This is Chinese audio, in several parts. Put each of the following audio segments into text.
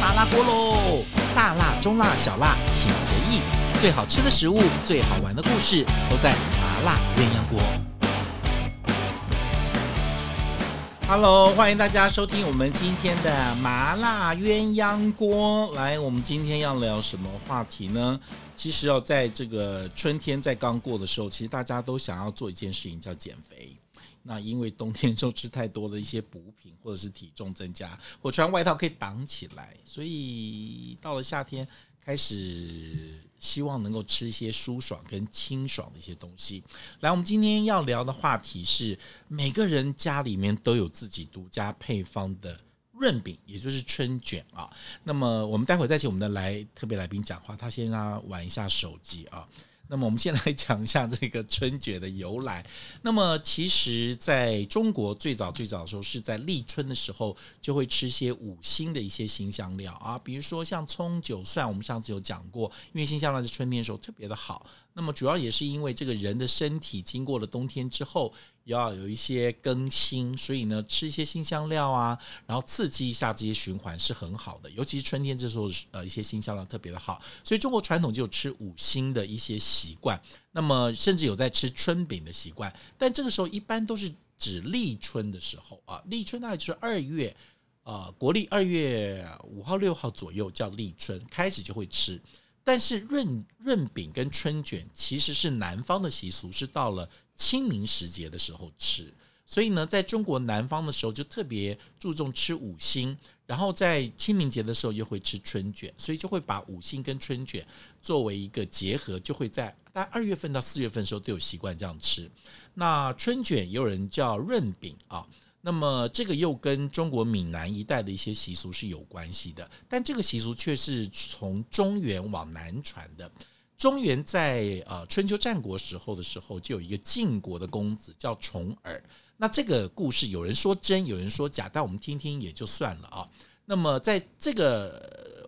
麻辣锅喽！大辣、中辣、小辣，请随意。最好吃的食物，最好玩的故事，都在麻辣鸳鸯锅。Hello，欢迎大家收听我们今天的麻辣鸳鸯锅。来，我们今天要聊什么话题呢？其实哦，在这个春天在刚过的时候，其实大家都想要做一件事情，叫减肥。那因为冬天 就吃太多的一些补品，或者是体重增加，我穿外套可以挡起来，所以到了夏天开始希望能够吃一些舒爽跟清爽的一些东西。来，我们今天要聊的话题是，每个人家里面都有自己独家配方的。润饼，也就是春卷啊。那么我们待会再请我们的来特别来宾讲话，他先让他玩一下手机啊。那么我们先来讲一下这个春卷的由来。那么其实在中国最早最早的时候是在立春的时候就会吃些五星的一些新香料啊，比如说像葱、韭、蒜，我们上次有讲过，因为新香料在春天的时候特别的好。那么主要也是因为这个人的身体经过了冬天之后，要有一些更新，所以呢，吃一些新香料啊，然后刺激一下这些循环是很好的。尤其是春天这时候，呃，一些新香料特别的好，所以中国传统就有吃五星的一些习惯，那么甚至有在吃春饼的习惯。但这个时候一般都是指立春的时候啊，立春大概就是二月，呃，国历二月五号六号左右叫立春，开始就会吃。但是润润饼跟春卷其实是南方的习俗，是到了清明时节的时候吃。所以呢，在中国南方的时候就特别注重吃五星，然后在清明节的时候又会吃春卷，所以就会把五星跟春卷作为一个结合，就会在大概二月份到四月份的时候都有习惯这样吃。那春卷也有人叫润饼啊。那么这个又跟中国闽南一带的一些习俗是有关系的，但这个习俗却是从中原往南传的。中原在呃春秋战国时候的时候，就有一个晋国的公子叫重耳。那这个故事有人说真，有人说假，但我们听听也就算了啊。那么在这个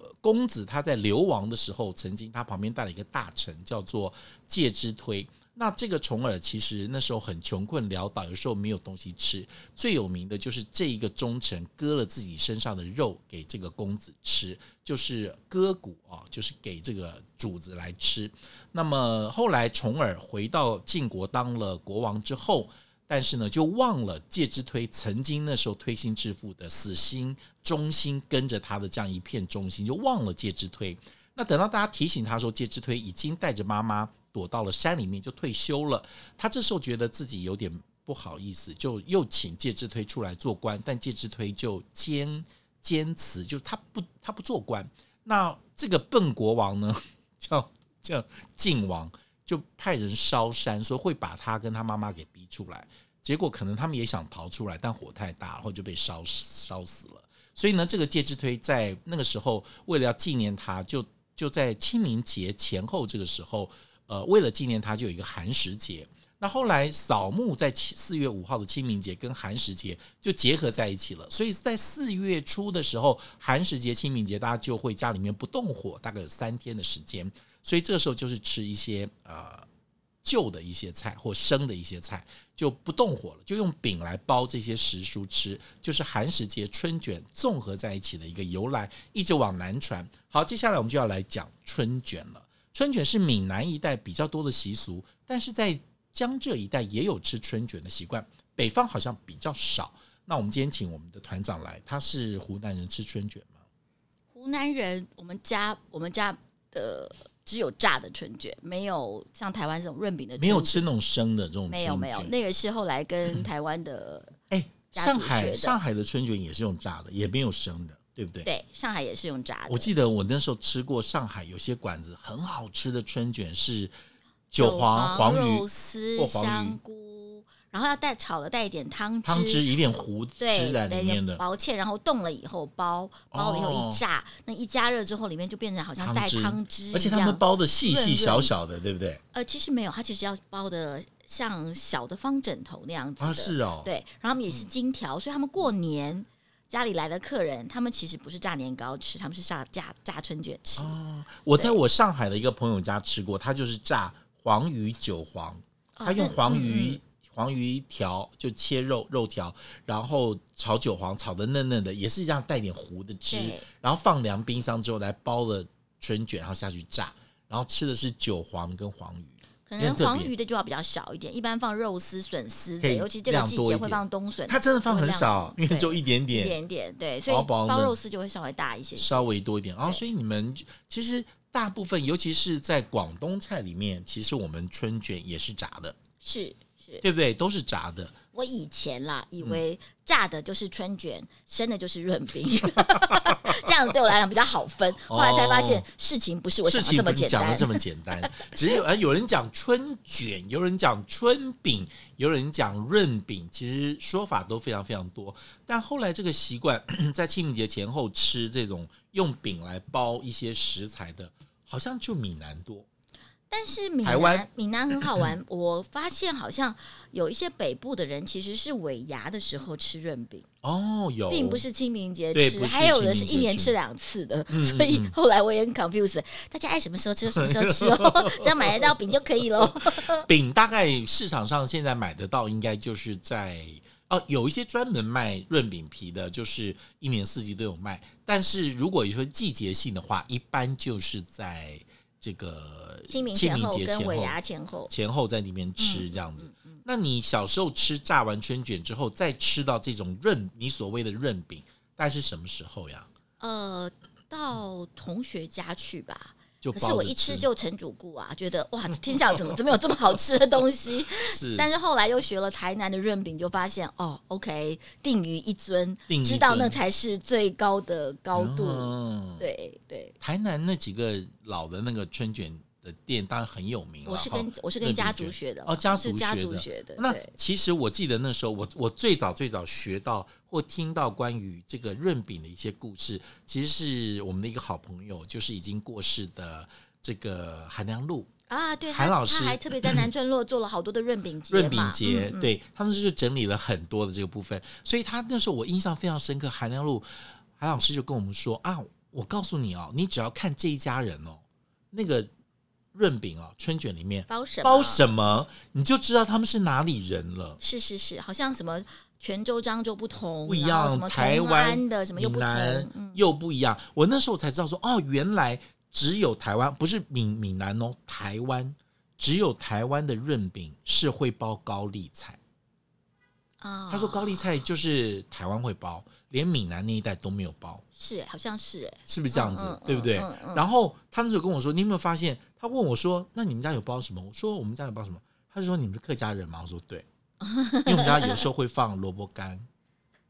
呃公子他在流亡的时候，曾经他旁边带了一个大臣叫做介之推。那这个重耳其实那时候很穷困潦倒，有时候没有东西吃。最有名的就是这一个忠臣割了自己身上的肉给这个公子吃，就是割骨啊，就是给这个主子来吃。那么后来重耳回到晋国当了国王之后，但是呢就忘了介之推曾经那时候推心置腹的死心忠心跟着他的这样一片忠心，就忘了介之推。那等到大家提醒他说，介之推已经带着妈妈。躲到了山里面就退休了。他这时候觉得自己有点不好意思，就又请介之推出来做官，但介之推就坚坚持，就他不他不做官。那这个笨国王呢，叫叫晋王，就派人烧山，说会把他跟他妈妈给逼出来。结果可能他们也想逃出来，但火太大，然后就被烧烧死了。所以呢，这个介之推在那个时候为了要纪念他，就就在清明节前后这个时候。呃，为了纪念他，就有一个寒食节。那后来扫墓在四月五号的清明节跟寒食节就结合在一起了，所以在四月初的时候，寒食节、清明节，大家就会家里面不动火，大概有三天的时间。所以这个时候就是吃一些呃旧的一些菜或生的一些菜，就不动火了，就用饼来包这些时蔬吃，就是寒食节、春卷综合在一起的一个由来，一直往南传。好，接下来我们就要来讲春卷了。春卷是闽南一带比较多的习俗，但是在江浙一带也有吃春卷的习惯，北方好像比较少。那我们今天请我们的团长来，他是湖南人，吃春卷吗？湖南人，我们家我们家的只有炸的春卷，没有像台湾这种润饼的，没有吃那种生的这种，没有没有，那个是后来跟台湾的哎、家上族学海的上海的春卷也是用炸的，也没有生的，对不对？对上海也是用炸的，我记得我那时候吃过上海有些馆子很好吃的春卷是韭黄黄肉鱼丝或、黄鱼香菇，然后要带炒的带一点汤汤汁，一点糊对，汁在带里一点面的。薄芡，然后冻了以后包，包了以后哦一炸，那一加热之后，里面就变成好像汤带汁汤汁一样，而且他们包的细润细润小的小的，对不对？呃，其实没有，它其实要包的像小的方枕头那样子的，啊，是哦，对，然后他们也是金条，所以他们过年家里来的客人，他们其实不是炸年糕吃，他们是炸炸炸春卷吃。哦，我在我上海的一个朋友家吃过，他就是炸黄鱼韭黄，他用那黄嗯鱼、黄鱼条就切肉肉条，然后炒韭黄，炒的嫩嫩的，也是这样带点糊的汁对，然后放凉冰箱之后来包了春卷，然后下去炸，然后吃的是韭黄跟黄鱼。可也能很特别黄鱼的就要比较少一点，一般放肉丝、笋丝可的，以尤其这个量季多一节点会放冬笋，它真的放很少，会因量为就一点一点，点点，对，所以薄薄的包肉丝就会稍微大一些些。稍微多一点。哦，所以你们其实大部分，尤其是在广东菜里面，其实我们春卷也是炸的，是是，对不对？都是炸的。我以前啦，以为嗯炸的就是春卷，生的就是润饼， 这样对我来讲比较好分。后来才发现事情不是我哦事想的情这不么是简讲的单这。么简 单，只有呃有人讲春卷，有人讲春饼，有人讲润饼，其实说法都非常非常多。但后来这个习惯 在清明节前后吃这种用饼来包一些食材的，好像就闽南多。但是闽台湾南闽南很好玩， 我发现好像有一些北部的人其实是尾牙的时候吃润饼，哦，有，并不是清明节对吃，不是还有人是清明节一年吃嗯吃两次的，所以后来我也很 confused，大家爱什么时候吃就什么时候吃 哦，只要买得到饼就可以喽。饼大概市场上现在买得到，应该就是在哦，有一些专门卖润饼皮的，就是一年四季都有卖。但是如果你说季节性的话，一般就是在这个清明清前明后节前跟尾后牙嗯前后，前后在里面吃这样子。那你小时候吃炸完春卷之后，再吃到这种润，你所谓的润饼，大概是什么时候呀？呃，到同学家去吧。就可包是我着一吃就成主顾啊，觉得 哇，天下怎么怎么有这么好吃的东西？ 是，但是后来又学了台南的润饼，就发现哦，OK，定于一尊，定于一知道尊那才是最高的高度。嗯对对，台南那几个老的那个春卷的店，当然很有名了。我是哈跟我是跟润饼家卷族学的哦，家族是家学族的学的。那对，其实我记得那时候，我我最早最早学到或听到关于这个润饼的一些故事，其实是我们的一个好朋友，就是已经过世的这个韩良露啊，对，韩他老师他还特别在 南村落做了好多的润饼节嘛，润饼节，嗯嗯对他们就整理了很多的这个部分，所以他那时候我印象非常深刻。韩良露韩老师就跟我们说啊，我告诉你哦，你只要看这一家人哦，那个润饼哦，春卷里面包什么包什么，你就知道他们是哪里人了。是是是，好像什么泉州、漳州不同，不一然后样什，么台同湾安的什么又不闽同，南嗯，又不一样。我那时候才知道说，哦，原来只有台湾，不是闽闽南哦，台湾只有台湾的润饼是会包高丽菜。啊，他说高丽菜就是台湾会包，连闽南那一带都没有包，是，好像是哎，是不是这样子？嗯嗯对不对？嗯嗯然后他那时候跟我说，你有没有发现？他问我说，那你们家有包什么？我说我们家有包什么？他就说你们是客家人吗？我说对，因为我们家有时候会放萝卜干。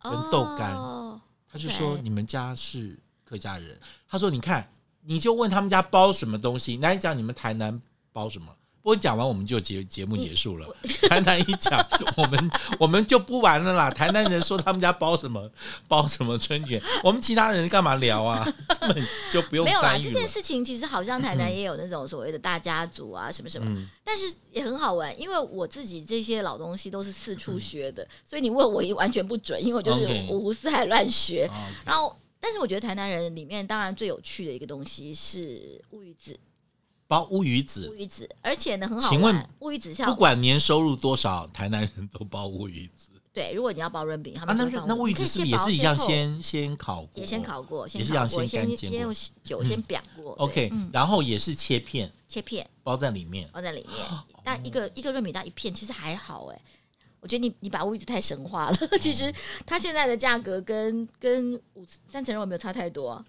跟豆干哦他就说对你们家是客家人，他说你看，你就问他们家包什么东西，那你讲你们台南包什么。不过讲完我们就节节目结束了， 台南一讲我们我们就不玩了啦。台南人说他们家包什么 包什么春卷，我们其他人干嘛聊啊？根本就不用没有啦，参与这了件。事情其实好像台南也有那种所谓的大家族啊，什么什么，但是也很好玩，因为我自己这些老东西都是四处学的，所以你问我也完全不准，因为我就是 OK 五湖四海乱学。哦然后，但是我觉得台南人里面当然最有趣的一个东西是乌鱼子，包乌鱼乌子，鱼子，而且呢很好请问玩，乌鱼子像不管年收入多少，台南人都包乌鱼子对，如果你要包润饼，他啊。们那就会是放那乌鱼子是不是也这些薄是一样厚先先烤过？也先烤过，也是一烤样过，先先干煎过用酒先裱过对 OK，嗯，然后也是切片切片包在里面。放在里面，哦但一个一个润饼当一片，其实还好哎。我觉得你你把乌鱼子太神话了， 其实它现在的价格跟跟五三层肉没有差太多啊，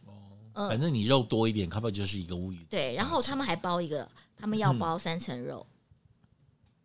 嗯反正你肉多一点，它不就是一个乌鱼子？对。然后他们还包一个，他们要嗯包三层肉，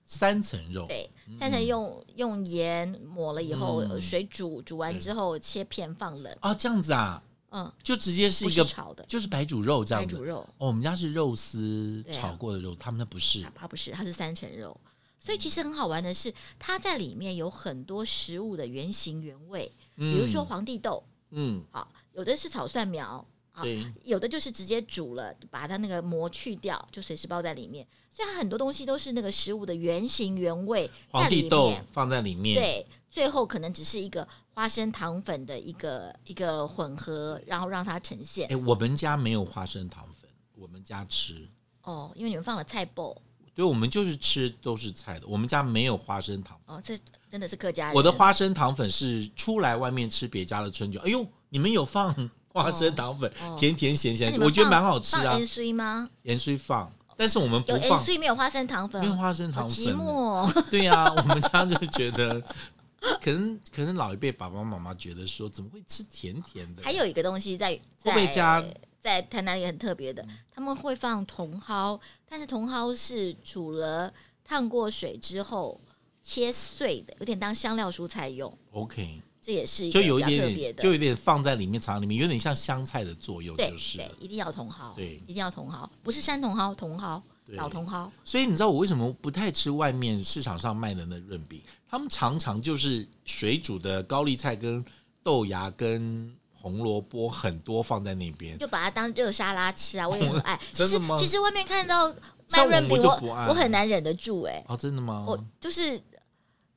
三层肉，对，三层用用盐抹了以后，嗯水煮煮完之后切片放冷，啊，这样子啊，嗯，就直接是不一个是炒的，就是白煮肉这白样煮子。肉。哦，我们家是肉丝对啊炒过的肉，他们那不是啊它不是，它是三层肉。所以其实很好玩的是，它在里面有很多食物的原形原味，比如说皇帝豆，嗯，啊，有的是炒蒜苗，嗯啊，对，有的就是直接煮了，把它那个膜去掉，就随时包在里面。所以它很多东西都是那个食物的原形原味在皇里帝豆嗯面。放在里面，，对，最后可能只是一个花生糖粉的一个一个混合，然后让它呈现。哎，我们家没有花生糖粉，我们家吃，哦，因为你们放了菜脯，对，我们就是吃都是菜的，我们家没有花生糖。哦，这真的是客家人。我的花生糖粉是出来外面吃别家的春卷，哎呦，你们有放花生糖粉，哦甜甜咸那咸你，们我觉得放蛮好吃放啊。盐水吗？盐水放，但是我们有不盐放，水没有花生糖粉没，有花生好糖寂粉。寞哦。对呀、我们家就觉得， 可能可能老一辈爸爸妈妈觉得说，怎么会吃甜甜的？还有一个东西在会不会在加嗯在台南也很特别的，他们会放茼蒿，但是茼蒿是煮了烫过水之后切碎的，有点当香料蔬菜用， OK，这也是一就个有一比较特点别点，的。就有点放在里面藏里面，有点像香菜的作用，对就是了对，一定要茼蒿，对一定要茼蒿，不是山茼蒿，茼蒿对老茼蒿，所以你知道我为什么不太吃外面市场上卖的那润饼？他们常常就是水煮的高丽菜跟豆芽跟红萝卜很多放在那边，就把它当热沙拉吃啊，我也很爱。其 真的实吗其实外面看到卖像我润饼，我就我不爱我很难忍得住哎、哦，真的吗？我就是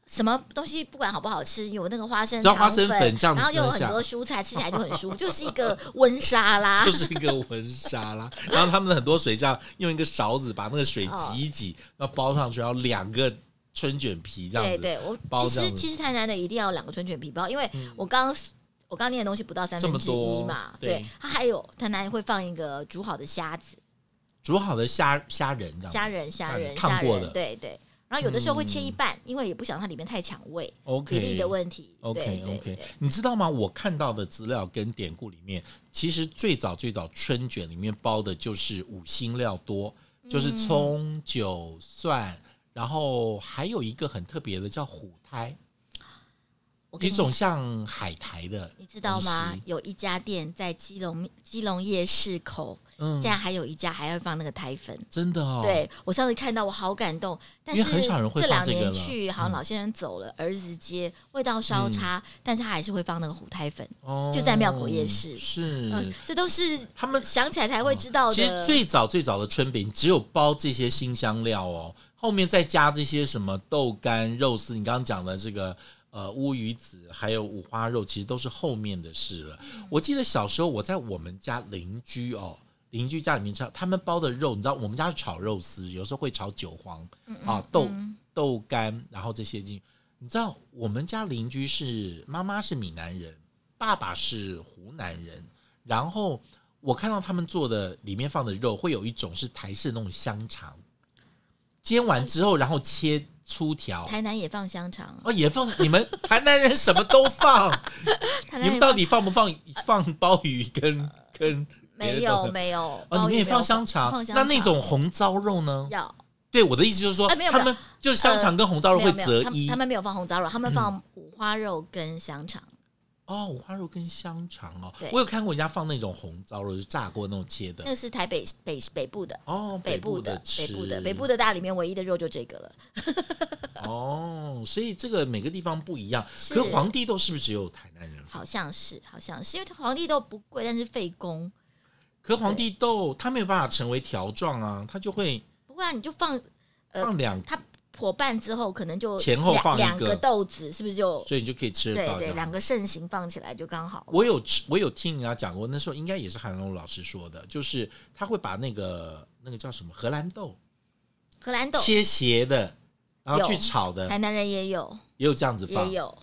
什么东西不管好不好吃，有那个花生只要糖花生粉这样然后又有喝下很多蔬菜，吃起来就很 舒服，就是一个温沙拉 就。是一个温沙拉，然后他们的很多水这样用一个勺子把那个水挤一挤，然后包上去，然后两个春卷皮这样对子，对，我包其这样子嗯实其实台南的一定要两个春卷皮包，因为我刚我刚念的东西不到三分之一嘛这么多，对对，它还有台南会放一个煮好的虾子，煮好的虾虾仁这样子。虾仁虾仁看虾过的嗯仁，对对。然后有的时候会切一半，因为也不想它里面太抢味，比例 OK 的问题。对 OK 对 OK，对你知道吗？我看到的资料跟典故里面，其实最早最早春卷里面包的就是五辛料多，嗯就是葱、韭、蒜，然后还有一个很特别的叫虎苔，我跟一你种像海苔的，你知道吗？？有一家店在基隆基隆夜市口，嗯现，在还有一家还要放那个苔粉。真的哦，对我上次看到，我好感动。但因为是很少人会这放两这个年了嗯去，好像老先生走了，儿子接味道稍差，但是他还是会放那个虎苔粉。哦，就在庙口夜市是。嗯，这都是他们想起来才会知道的。其实最早最早的春饼只有包这些新香料哦，后面再加这些什么豆干、肉丝，你刚刚讲的这个呃乌鱼子，还有五花肉，其实都是后面的事了。嗯我记得小时候我在我们家邻居哦。邻居家里面吃，他们包的肉，你知道，我们家是炒肉丝，有时候会炒韭黄嗯啊、豆豆干，然后这些进去。你知道，我们家邻居是妈妈是闽南人，爸爸是湖南人，然后我看到他们做的里面放的肉，会有一种是台式那种香肠，煎完之后，然后切粗条。台南也放香肠啊，哦，也放你们台南人什么都放， 哦你台南也们到底放不放放鲍鱼跟跟没别的东有西没有，哦，你鲍们鱼也没放有香肠放，香那那肠种红糟肉呢？要对，我的意思就是说，哎没有他没有呃们就是香肠跟红糟肉没会有没择有，他们一嗯他们没有放红糟肉，他们放五花肉跟香肠。哦，五花肉跟香肠哦对，我有看过人家放那种红糟肉，就炸过那种切的那是台北北北部的。哦，北部部的吃北部的北部的大里面唯一的肉就这个了，哦，所以这个每个地方不一样。是可是皇帝豆是不是只有台南人放？好像是好像是，因为皇帝豆不贵，但是费工。可皇帝豆它没有办法成为条状啊，它就会不过啊，你就放呃放两，它破半之后，可能就前后两放一个两个豆子，是不是就所以你就可以吃得对到。呃对这样两个盛行放起来就刚好。我有吃，我有听人家讲过，那时候应该也是韩龙老师说的，就是他会把那个那个叫什么荷兰豆荷兰豆，切斜的，然后有去炒的，台南人也有也有这样子放也。有，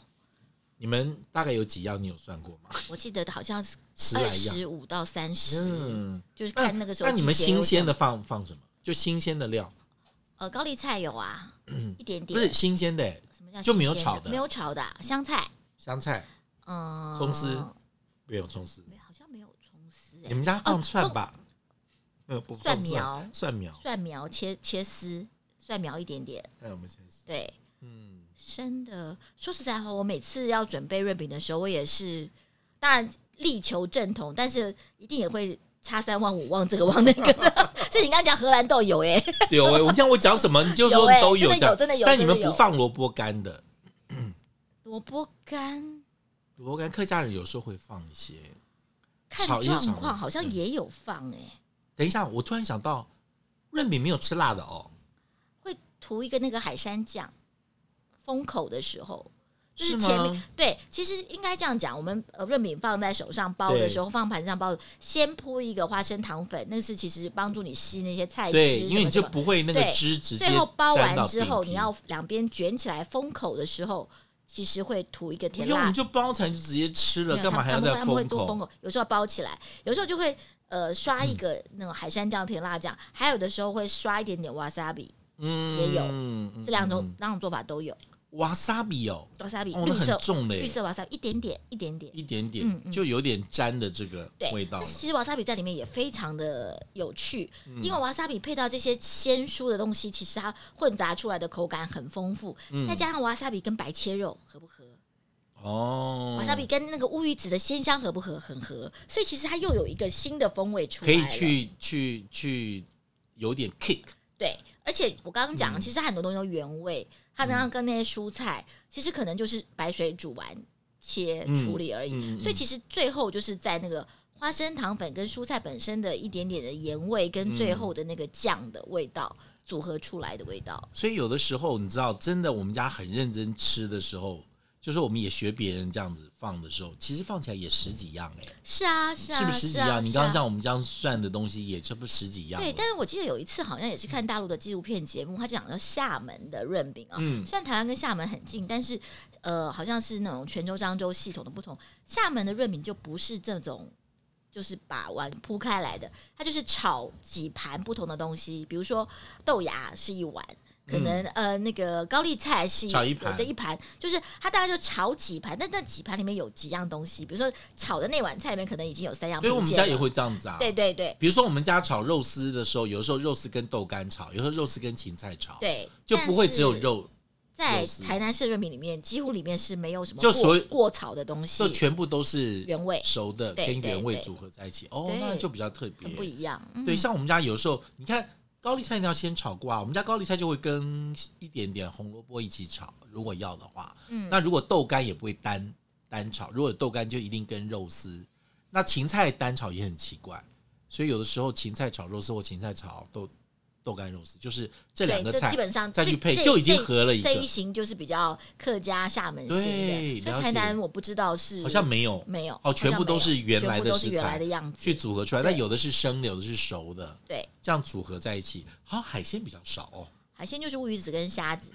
你们大概有几样？你有算过吗？我记得好像是十二来样。十五到三十，嗯，就是看那个时候那你们季节有新鲜什么的放放什么？就新鲜的料，呃高丽菜有啊，一点嗯不点是新鲜的欸、什么叫就没有新鲜炒的没有炒的啊香菜，香菜嗯，葱丝没有葱丝，没好像没有葱丝你哎，们家放蒜吧？嗯，不放蒜苗蒜苗，哎蒜苗切切丝，蒜苗一点点，还有我们先吃，对， 嗯，生的。说实在话，我每次要准备润饼的时候，我也是，当然力求正统，但是一定也会差三忘五，忘这个忘那个的。 所以你刚刚讲荷兰豆有哎、有哎、我听我讲什么你就说有都这哎、真的样有，真的有，但你们真的有不放萝卜干的，萝卜干，萝卜干客家人有时候会放一些。看炒一下状炒况好像也有放哎、等一下，我突然想到，润饼没有吃辣的哦，会涂一个那个海山酱，封口的时候。就是是前面吗？对，其实应该这样讲，我们呃润饼放在手上包的时候，放盘上包，先铺一个花生糖粉，那是其实帮助你吸那些菜汁对，什么因为你就什么不会那个对汁直接最后包沾到完之后，饼皮你要两边卷起来封口的时候，其实会涂一个不甜用辣你就包起来就直接吃了，没有干嘛他还要他们再会他们会封做封口？嗯口，有时候包起来，有时候就会呃刷一个那种海山酱、甜辣酱，还有的时候会刷一点点 wasabi，嗯也有有这两种两种做法都有。瓦萨比哦， wasabi 哦，那绿很色重绿嘞，色 wasabi 一点点一点点，一点嗯点嗯就有点沾的这个对味道但了嗯是。其实瓦萨比在里面也非常的有趣，因为瓦萨比配到这些鲜蔬的东西，其实它混杂出来的口感很丰富，嗯再加上瓦萨比跟白切肉合不合？哦，瓦萨比跟那个乌鱼子的鲜香合不合？很合，所以其实它又有一个新的风味出来可了。以去去去有点 kick，对，而且我刚刚嗯讲，其实很多东西都原味，它能让跟那些蔬菜，其实可能就是白水煮完切嗯处理而已。嗯嗯所以其实最后就是在那个花生糖粉跟蔬菜本身的一点点的盐味，嗯跟最后的那个酱的味道、组合出来的味道。所以有的时候你知道，真的我们家很认真吃的时候，就是我们也学别人这样子放的时候，其实放起来也十几样哎、是啊，是啊，是不是十几啊样？你刚刚是啊像我们这样算的东西，也差不多十几样了。对，但是我记得有一次好像也是看大陆的纪录片节目，他讲到厦门的润饼啊，嗯虽然台湾跟厦门很近，但是呃，好像是那种泉州、漳州系统的不同。厦门的润饼就不是这种，就是把碗铺开来的，它就是炒几盘不同的东西，比如说豆芽是一碗。可能、呃，那个高丽菜嗯是炒一有盘的一盘，就是它大概就炒几盘，但那几盘里面有几样东西，比如说炒的那碗菜里面可能已经有三样所品以鉴我了。们家也会这样子啊。对对对比如说我们家炒肉丝的时候，有的时候肉丝跟豆干炒，有时候肉丝跟芹菜炒，对，就不会但是只有肉，在肉丝台南市润饼里面，几乎里面是没有什么就过所有过炒的东西就，全部都是原味熟的对跟对原味对组合在一起。哦，对那就比较特别很，不一样。嗯对，像我们家有时候，你看高丽菜一定要先炒过啊，我们家高丽菜就会跟一点点红萝卜一起炒，如果要的话。嗯那如果豆干也不会单单炒，如果有豆干就一定跟肉丝。那芹菜单炒也很奇怪，所以有的时候芹菜炒肉丝或芹菜炒豆豆干肉丝，就是这两对，个这菜基本上再去这配这就已经这合了一这一个，型就是比较客家厦门型对的，所了以解台南我不知道是好像没有没有哦全部好像没有都是原来的全部都是食材原来的样子去。组合出来。那对有的是生的，有的是熟的，对，这样组合在一起，好像海鲜比较少哦，海鲜就是乌鱼子跟虾子，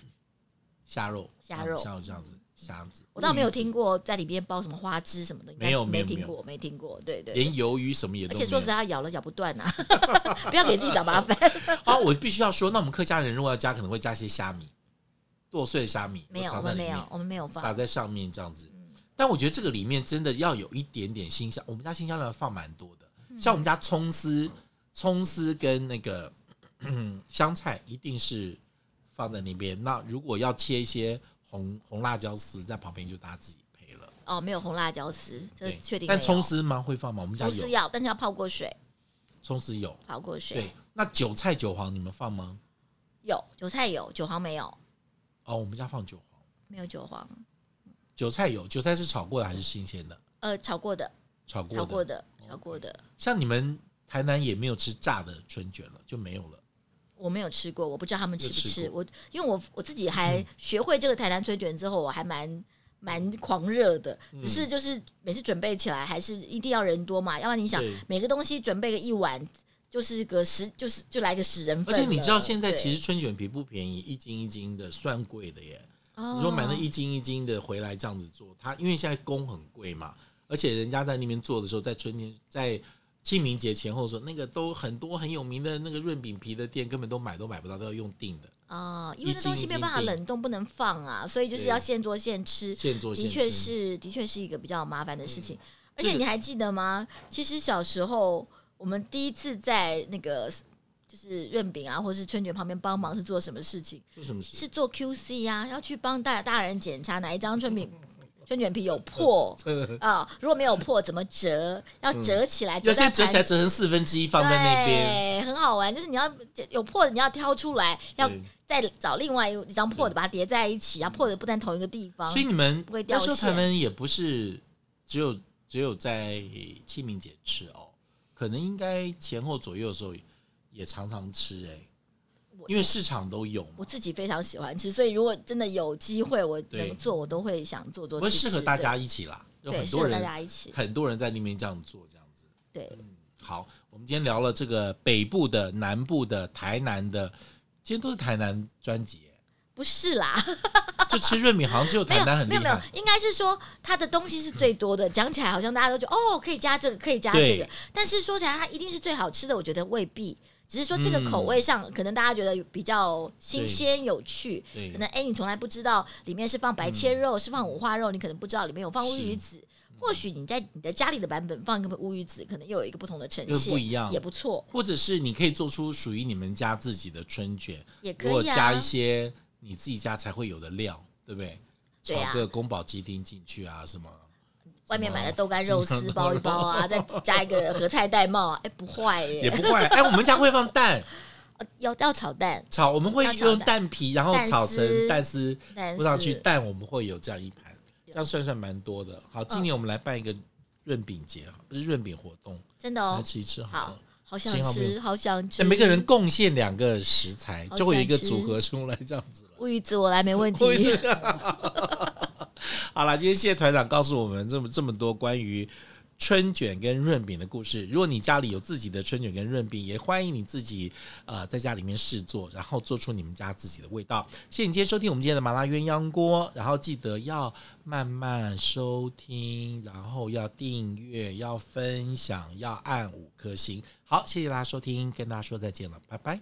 虾肉、虾嗯肉虾肉这样子，虾子。我倒没有乌鱼子听过在里边包什么花枝什么的，应该没有没没有听没有过，没听过，对对。连对鱿鱼什么也而都且说实没有。在，咬了咬不断啊， 不要给自己找麻烦。啊，我必须要说，那我们客家人如果要加，可能会加些虾米，剁碎的虾米，没有， 我我在们里没面有，我们没有撒放。在上面这样子。嗯但我觉得这个里面真的要有一点点新香，我们家新香料放蛮多的，嗯像我们家葱丝、葱丝跟那个 嗯香菜一定是放在那边。那如果要切一些红红辣椒丝，在旁边就大家自己配了。哦，没有红辣椒丝，这对，确定没有。但葱丝吗？会放吗？我们家不是有要，但是要泡过水，葱丝有。泡过对水。，那韭菜韭黄你们放吗？有韭菜有，韭黄没有，哦，我们家放韭黄，没有韭黄。韭菜有，韭菜是炒过的还是新鲜的？呃，炒过的，炒过的。哦炒过的，炒过的，像你们台南也没有吃炸的春卷了，就没有了。我没有吃过，我不知道他们吃不没有吃嗯吃。我因为我我自己还学会这个台南春卷之后，我还蛮蛮狂热的，嗯只是就是每次准备起来还是一定要人多嘛，要不然你想对每个东西准备个一碗。就是个十，就是就来个十人而份了。且你知道现在对其实春卷皮不便宜，一斤一斤的算贵的耶。哦你说买那一斤一斤的回来这样子做，它因为现在工很贵嘛，而且人家在那边做的时候，在春天在。清明节前后的时候，那个都很多很有名的那个润饼皮的店，根本都买都买不到，都要用订的，啊，因一为那斤东一西没有斤办法定冷冻，不能放啊，所以就是要对现做现吃。现做现的吃。确是，的确是一个比较麻烦的事情。而这且个你还记得吗？其实小时候我们第一次在那个就是润饼啊，或是春卷旁边帮忙是做什么事情？做什么事？是做 QC 呀、啊，要去帮大大人检查哪一张 春饼。春卷皮有破啊、如果没有破怎么折？要折起来，嗯要折在先折起来，盘折成四分之一放在那边。对，很好玩。就是你要有破的，你要挑出来，要对再找另外一张破的，把它叠在一起，然后破的不在同一个地方。所以你们不会那掉时候台线湾也不是只有只有在清明节吃哦，可能应该前后左右的时候也常常吃哎、我因为市场都有嘛我，自己非常喜欢吃，所以如果真的有机会我对能做，我都会想做做不过吃吃。适合大家一起啦，有对，对很适多合大人家一起。很多人在那边这样做这样子。对，好，我们今天聊了这个北部的、南部的、台南的，今天都是台南专辑耶，不是啦， 就吃润饼好像只有没台有南很没厉有 没有害，，应该是说它的东西是最多的。讲起来好像大家都觉得哦，可以加这个，可以加这个对，但是说起来它一定是最好吃的，我觉得未必。只是说这个嗯口味上，可能大家觉得比较新鲜有趣，对可能哎，你从来不知道里面是放白切肉，是放五花肉，你可能不知道里面有放乌鱼子。嗯或许你在你的家里的版本放一个乌鱼子，可能又有一个不同的呈又现，不一样也不错，或者是你可以做出属于你们家自己的春卷，也如可果以啊。加一些你自己家才会有的料，对不对？对啊炒个宫保鸡丁进去啊，什么？外面买的豆干 肉丝包一包啊，再加一个合菜戴帽，哎，不 坏也耶。不坏，哎，我们家会放 蛋呃要要炒蛋，炒，我们会要炒用蛋蛋皮，然后蛋炒成丝蛋丝，但不上是去，但我们会有这样一盘，这样算算蛮多的。好，今年我们来办一个润饼节，啊不是润饼活动，真的来哦，吃一吃好好了。好想幸好没哎吃，好想吃。那每个人贡献两个食材，好就会有一个想吃组合出来这样子了。乌鱼子我来没问 会题。这样。好啦，今天谢谢团长告诉我们这么这么多关于春卷跟润饼的故事。如果你家里有自己的春卷跟润饼，也欢迎你自己呃在家里面试做，然后做出你们家自己的味道。谢谢你今天收听我们今天的麻辣鸳鸯锅，然后记得要慢慢收听，然后要订阅，要分享，要按五颗星。好，谢谢大家收听，跟大家说再见了，拜拜。